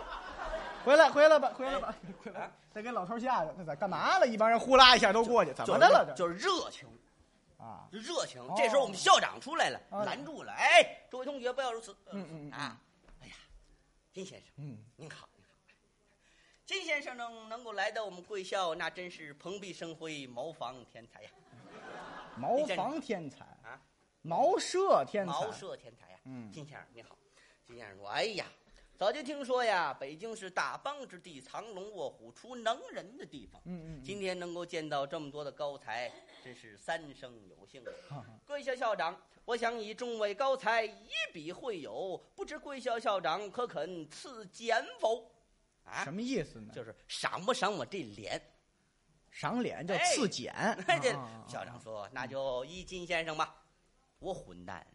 S3: 回来回来吧，回来吧，
S2: 哎
S3: 回
S2: 啊
S3: 来吧！再跟老头儿吓着，那咋干嘛了？一帮人呼啦一下都过去，怎么的了？这
S2: 就是热情，
S3: 啊，
S2: 就热情
S3: 哦。
S2: 这时候我们校长出来了，
S3: 哦
S2: 拦住了，哎，诸位同学不要如此，
S3: 嗯嗯嗯
S2: 啊，哎呀，金先生。
S3: 嗯，
S2: 您好，您好。金先生能能够来到我们贵校，那真是蓬荜生辉，茅房天才呀！
S3: 茅房天才
S2: 啊，
S3: 茅舍天才，
S2: 茅舍天才呀！
S3: 嗯
S2: 金先生您好，金先生说：“哎呀，早就听说呀，北京是大邦之地，藏龙卧虎，出能人的地方。
S3: 嗯嗯
S2: 今天能够见到这么多的高才，真是三生有幸啊！
S3: 嗯，
S2: 贵校校长，我想以众位高才以笔会友，不知贵校校长可肯赐简否？”啊
S3: 嗯什，么意思呢？
S2: 就是赏不赏我这脸？
S3: 赏脸叫刺检。
S2: 哎，对
S3: 啊啊，啊
S2: 校长说那就依金先生吧。我混蛋，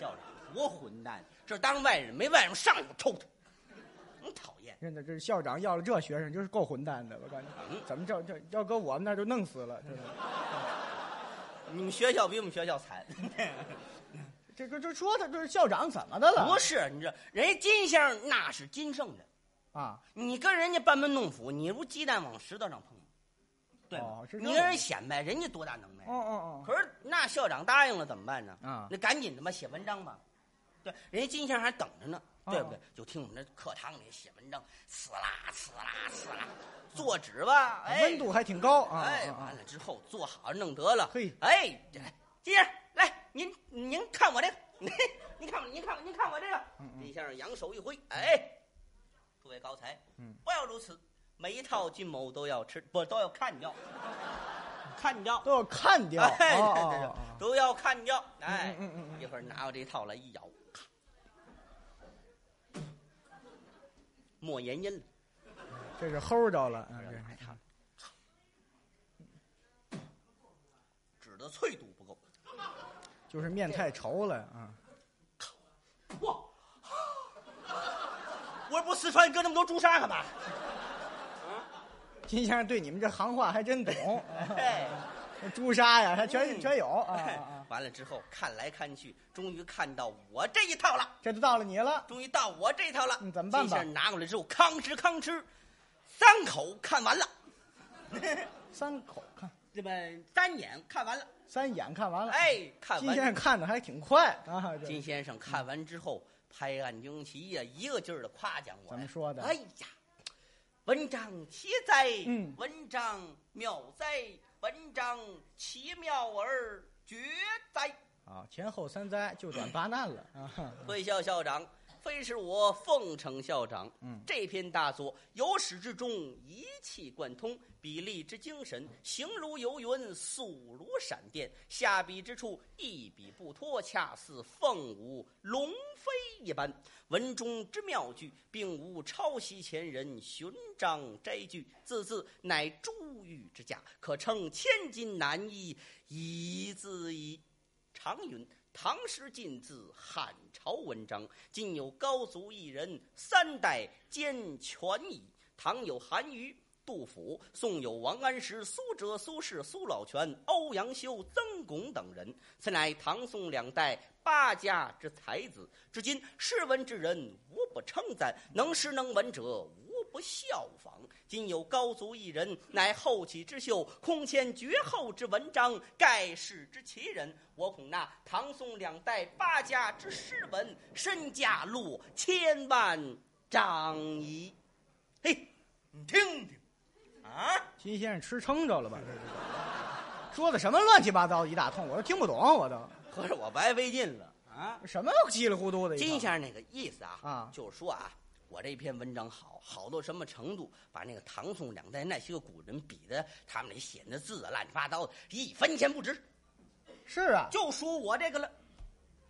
S2: 校长，我混蛋，这当外人没外人上我抽他，你讨厌。
S3: 真的，这校长要了这学生，就是够混蛋的，我感
S2: 嗯
S3: 觉。怎么这这要搁我们那儿就弄死了，真的。
S2: 你们学校比我们学校 惨，
S3: 这这这说的这是校长怎么的了？
S2: 不是？你这人家金先生那是金圣人，
S3: 啊，
S2: 你跟人家班门弄斧，你如鸡蛋往石头上碰，对吗
S3: 哦？是这
S2: 你跟
S3: 个
S2: 人显摆，人家多大能耐
S3: 哦？哦哦，
S2: 可是那校长答应了怎么办呢？
S3: 啊
S2: 那赶紧他妈写文章吧。对，人家金先生还等着呢，
S3: 啊
S2: 对不对？就听我们这课堂里写文章，呲啦呲啦呲啦，做纸吧，哎，
S3: 温度还挺高啊。
S2: 哎，
S3: 啊
S2: 完
S3: 啊
S2: 了之后做好弄得了，
S3: 嘿
S2: 哎，这金先生来，您您看我这个，您看我您看我您看我这个，
S3: 嗯
S2: 金先生扬手一挥，哎，诸位高才，
S3: 嗯
S2: 不要如此，每一套金某都要吃，不都要看 掉，看掉。
S3: 都要看掉。
S2: 哎，
S3: 哦
S2: 对对
S3: 哦
S2: 对
S3: 哦哦，
S2: 都要看掉。哎，
S3: 嗯嗯嗯嗯
S2: 一会儿拿我这套来一咬，咔莫言音了。
S3: 这是齁着了。嗯
S2: 拿
S3: 这
S2: 它，纸的脆度不够。
S3: 就是面太稠了啊。
S2: 哇！我说不四川搁那么多朱砂干嘛？
S3: 金先生对你们这行话还真懂。啊
S2: 哎，
S3: 哦朱砂呀，还全
S2: 嗯
S3: 全有啊啊啊！
S2: 完了之后看来看去，终于看到我这一套了，
S3: 这就到了你了，
S2: 终于到我这一套了。
S3: 嗯怎么办吧
S2: 这下拿过来之后，吭哧吭哧，三口看完了。
S3: 三口看，
S2: 这么单眼看完了，
S3: 三眼看完了。，
S2: 哎，看
S3: 金
S2: 完
S3: 先生看的还挺快啊。这
S2: 金先生看完之后拍案惊奇呀、一个劲儿的夸奖我呀。
S3: 怎么说的
S2: 哎呀，文章奇哉，
S3: 嗯
S2: 文章妙哉，文章奇妙而绝哉。
S3: 啊，前后三灾就短八难了啊。
S2: 贵校校长，非是我奉承校长。
S3: 嗯
S2: 这篇大作由始至终一气贯通，笔力之精神，形如游云，速如闪电，下笔之处一笔不脱，恰似凤舞龙飞一般。文中之妙句，并无抄袭前人寻章摘句，字字乃珠玉之价，可称千金难易，一字一。常云：“唐诗尽自汉朝文章，今有高足一人，三代兼全矣。唐有韩愈、杜甫，宋有王安石、苏辙、苏轼、苏老泉、欧阳修、曾巩等人，此乃唐宋两代八家之才子。至今诗文之人无不称赞，能诗能文者无不效仿。今有高足一人，乃后起之秀，空前绝后之文章，盖世之奇人。我恐那唐宋两代八家之诗文，身价落千万丈矣。嘿，
S5: 你听听，啊，
S3: 金先生吃撑着了吧？说的什么乱七八糟一大通，我都听不懂，我都
S2: 合着我白费劲了啊！
S3: 什么稀里糊涂的一套。
S2: 金先生那个意思啊，
S3: 啊
S2: 就是说啊，我这篇文章好，好到什么程度，把那个唐宋两代那些个古人比的，他们那写那字啊，乱七八糟的，一分钱不值，
S3: 是啊，
S2: 就输我这个了。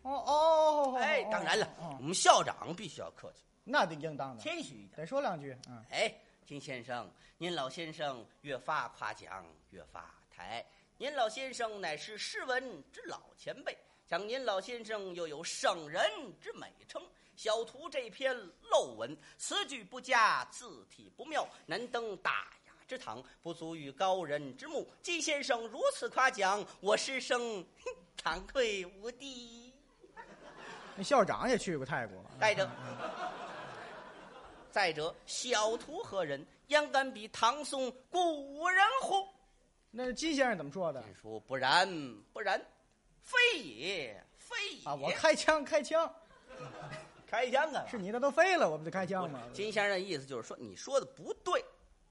S3: 哦哦，哦
S2: 哎，当然了，
S3: 哦嗯
S2: 我们校长必须要客气，
S3: 那得应当的，
S2: 谦虚一点。
S3: 得说两句。嗯，
S2: 哎，金先生，您老先生越发夸奖，越发抬。您老先生乃是诗文之老前辈，讲您老先生又有圣人之美称。小徒这篇陋文，词句不佳，字体不妙，难登大雅之堂，不足与高人之目。季先生如此夸奖，我师生 惭愧无地。
S3: 那校长也去过泰国，
S2: 再者，再者，小徒何人？焉敢比唐宋古人乎？
S3: 那是金先生怎么说的
S2: 您说不然，不然，非也，非也。
S3: 啊？我开枪，开枪，
S2: 开枪啊！
S3: 是你的都飞了，我不就开枪吗？
S2: 金先生的意思就是说，你说的不对，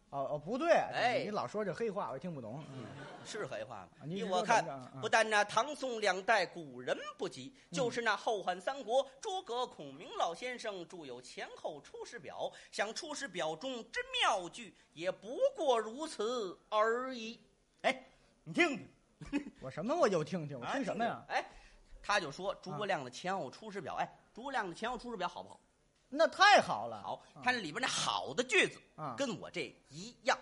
S3: 哦哦，不对，
S2: 哎
S3: 你老说这黑话，我也听不懂。嗯
S2: 是黑话吗？
S3: 你
S2: 依
S3: 是
S2: 我
S3: 说
S2: 看
S3: 怎么着啊，嗯
S2: 不但那唐宋两代古人不及，就是那后汉三国诸葛孔明老先生著有《前后出师表》，想《出师表》中之妙句，也不过如此而已。哎，
S5: 你听听，
S3: 我什么我就听听，我听什么呀？
S2: 哎，他就说诸葛亮的《前后出师表》，哎，诸葛亮的《前后出师表》好不好？
S3: 那太好了，嗯
S2: 好，它里边那好的句子
S3: 啊
S2: 跟我这一样，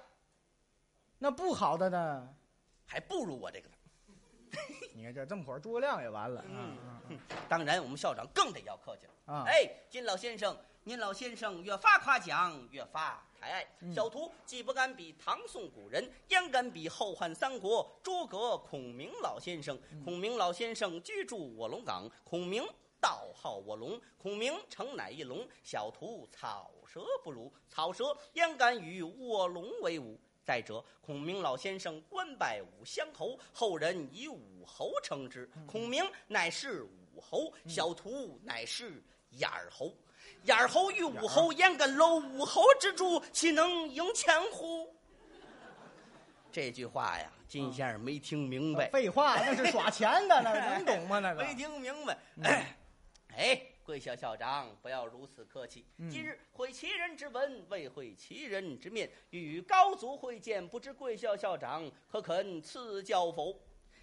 S3: 那不好的呢？
S2: 还不如我这个呢。
S3: 你看这这么会儿，诸葛亮也完了。嗯
S2: 当然，我们校长更得要客气了。
S3: 啊，
S2: 哎，金老先生，您老先生越发夸奖，越发抬爱。小徒既不敢比唐宋古人，焉敢比后汉三国诸葛孔明老先生？孔明老先生居住卧龙岗，孔明。道号卧龙，孔明诚乃一龙，小徒草蛇不如。草蛇焉敢与卧龙为伍？再者，孔明老先生官拜武乡侯，后人以武侯称之。孔明乃是武侯，小徒乃是眼儿侯。眼儿侯遇武侯，焉敢搂武侯之柱，岂能赢钱乎？这句话呀，金先生没听 明白，
S3: 废话，那是耍钱 的，那能懂吗？那个
S2: 没听明白。哎 哎，贵校校长，不要如此客气。今日毁其人之文，未毁其人之面。欲与高足会见，不知贵校校长可肯赐教否？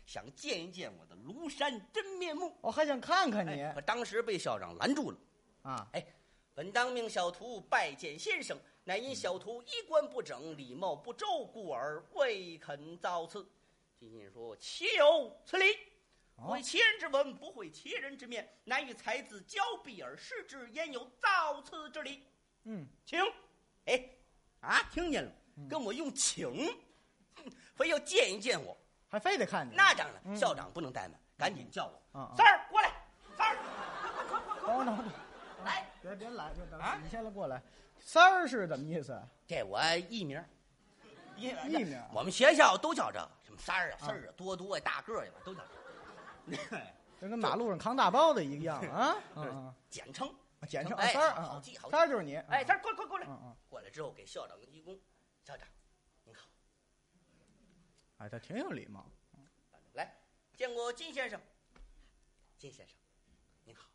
S2: 想见一见我的庐山真面目。
S3: 我还想看看你
S2: 哎，可当时被校长拦住了。
S3: 啊，
S2: 哎，本当命小徒拜见先生，乃因小徒衣冠不整，礼貌不周，故而未肯造次。金信说：“岂有此理！
S3: 哦
S2: 毁其人之文，不毁其人之面，乃与才子交臂而失之，焉有造次之理？
S3: 嗯，
S2: 请，哎，啊，听见了，跟我用请， 哼非要见一见我。
S3: 还非得看你。
S2: 那当然，校长不能怠慢，赶紧叫我、
S3: 啊啊
S2: 三儿过来，三儿
S3: 等等，
S2: 来。”
S3: 别别来，别等
S2: 啊
S3: 你先来过来。三儿是怎么意思？啊
S2: 这我艺名儿，艺
S3: 艺名儿
S2: 我们学校都叫这个，什么三儿啊、四儿啊、多多呀、大个儿呀，都叫这个，
S3: 这跟马路上扛大包的一个样啊！嗯
S2: 简称。
S3: 嗯，简称啊
S2: 哎
S3: 三儿
S2: 好
S3: 啊
S2: 好记好，记
S3: 三儿就是你。
S2: 哎，三儿，过来，过来，过来
S3: 嗯嗯，
S2: 过来之后给校长鞠躬，校长，您好，
S3: 哎，他挺有礼貌。
S2: 来，见过金先生，金先生，您好，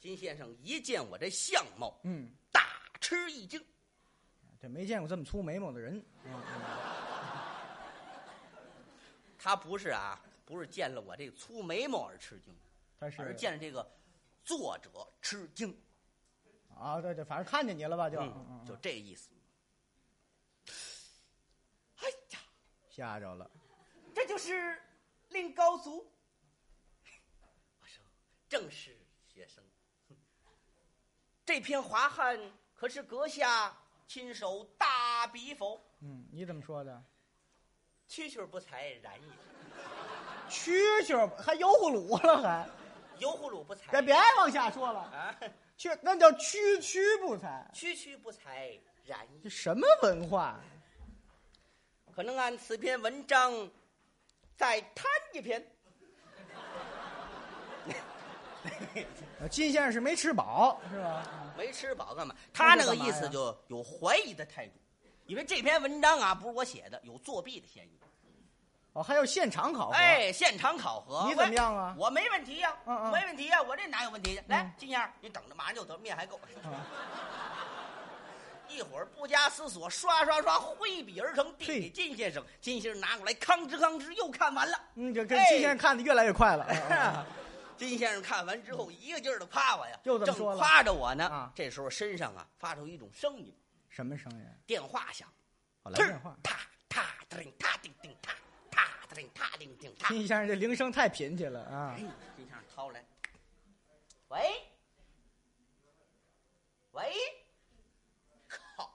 S2: 金先生一见我这相貌，
S3: 嗯，
S2: 大吃一惊。
S3: 这没见过这么粗眉毛的人。嗯
S2: 他不是啊，不是见了我这粗眉毛而吃惊，
S3: 他是
S2: 而见了这个作者吃惊，
S3: 啊，对对，反正看见你了吧，就、
S2: 嗯，就这意思。哎呀，
S3: 吓着了。
S2: 这就是令高足。我说，正是学生。 这篇华汉可是阁下亲手大笔否？
S3: 嗯，你怎么说的？
S2: 蛐蛐儿不才然也，
S3: 蛐蛐儿还油葫芦了还？
S2: 油葫芦不才
S3: 别别往下说了，
S2: 啊，
S3: 蛐那叫蛐蛐不才。
S2: 区区不才然也。
S3: 这什么文化？
S2: 可能按此篇文章再摊一篇。
S3: 呃金先生是没吃饱是吧？
S2: 没吃饱干嘛？他那个意
S3: 那是干嘛
S2: 思
S3: 呀
S2: 就有怀疑的态度，因为这篇文章啊不是我写的，有作弊的嫌疑。
S3: 哦，还有现场考核。，
S2: 哎，现场考核，
S3: 你怎么样啊
S2: 喂我没问题呀、
S3: 嗯嗯
S2: 没问题呀、我这哪有问题呀？来，金燕儿，你等着，马上就得面还够。
S3: 嗯
S2: 一会儿不加思索，刷刷刷挥笔而成，递
S3: 嘿
S2: 给金先生。金先生拿过来，吭哧吭哧又看完了。
S3: 嗯，这这
S2: 哎
S3: 金先生看的越来越 快了。啊
S2: 金先生看完之后，一个劲儿的夸我呀，
S3: 又怎么
S2: 正
S3: 说了
S2: 夸着我呢。
S3: 啊
S2: 这时候身上啊发出一种声音，
S3: 什么声音？
S2: 电话响，
S3: 哦，来电话。
S2: 嗒嗒叮嗒叮叮嗒嗒叮嗒叮叮嗒。
S3: 啊金先生这铃声太贫瘠了啊
S2: 哎！，金先生掏来，喂，喂，靠！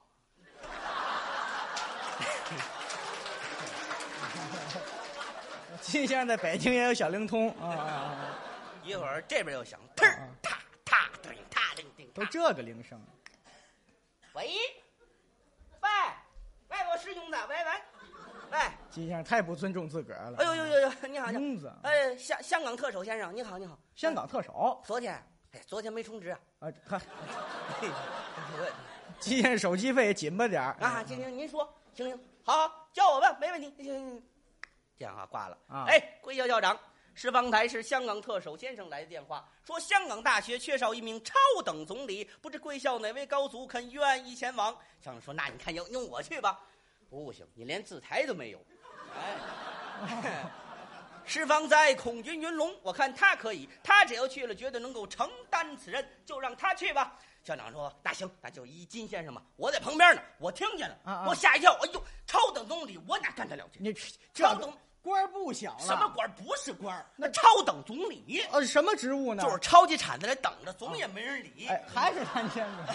S3: 金先生在北京也有小灵通啊啊，啊
S2: 一会儿这边又响，嘚儿嗒嗒叮嗒叮叮
S3: 都
S2: 嗒。
S3: 这个铃声。
S2: 喂，喂，喂，我师兄的，喂喂，喂，
S3: 金先生太不尊重自个儿了。
S2: 哎呦呦呦呦，你好，
S3: 疯
S2: 你
S3: 子
S2: 好，哎，香香港特首先生，你好，你好，
S3: 嗯香港特首
S2: 昨天，哎，昨天没充值啊，
S3: 啊，看
S2: 嘿我
S3: 金先生手机费也紧巴点儿嗯
S2: 啊，行行，您说，行行，好好，叫我吧，没问题。行行行，电话挂了。
S3: 啊
S2: 哎，贵校校长，是方台是香港特首先生来的电话，说香港大学缺少一名超等总理，不知贵校哪位高足肯愿意前往？校长说：“那你看，要用我去吧？不行，你连字台都没有。”哎。是方哉，孔君云龙，我看他可以，他只要去了，绝对能够承担此任，就让他去吧。校长说：“那行，那就依金先生吧，我在旁边呢，我听见了，
S3: 啊啊
S2: 给我吓一跳，哎呦，超等总理我哪干得了去？
S3: 你这这
S2: 超等
S3: 官儿不小了，
S2: 什么官儿不是官儿，
S3: 那
S2: 那超等总理
S3: 呃什么职务呢？
S2: 就是抄起铲子来等着，总也没人理。
S3: 哎，还是谭先生。